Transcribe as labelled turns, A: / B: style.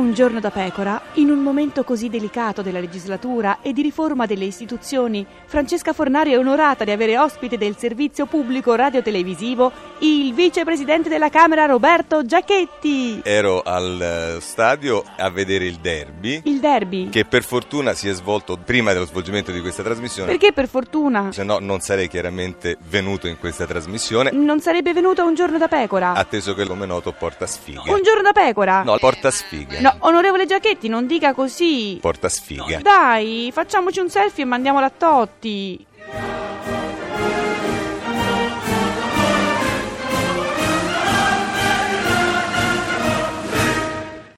A: Un giorno da pecora, in un momento così delicato della legislatura e di riforma delle istituzioni, Francesca Fornari è onorata di avere ospite del servizio pubblico radiotelevisivo il vicepresidente della Camera Roberto Giachetti.
B: Ero al eh, stadio a vedere il derby,
A: Il derby.
B: che per fortuna si è svolto prima dello svolgimento di questa trasmissione.
A: Perché per fortuna
B: Se no non sarei chiaramente venuto in questa trasmissione,
A: non sarebbe venuto un giorno da pecora.
B: atteso che come noto porta sfiga.
A: Un giorno da pecora.
B: Ah, No, porta sfiga.
A: No, onorevole Giachetti, non dica così.
B: Porta sfiga.
A: Dai, facciamoci un selfie e mandiamolo a Totti.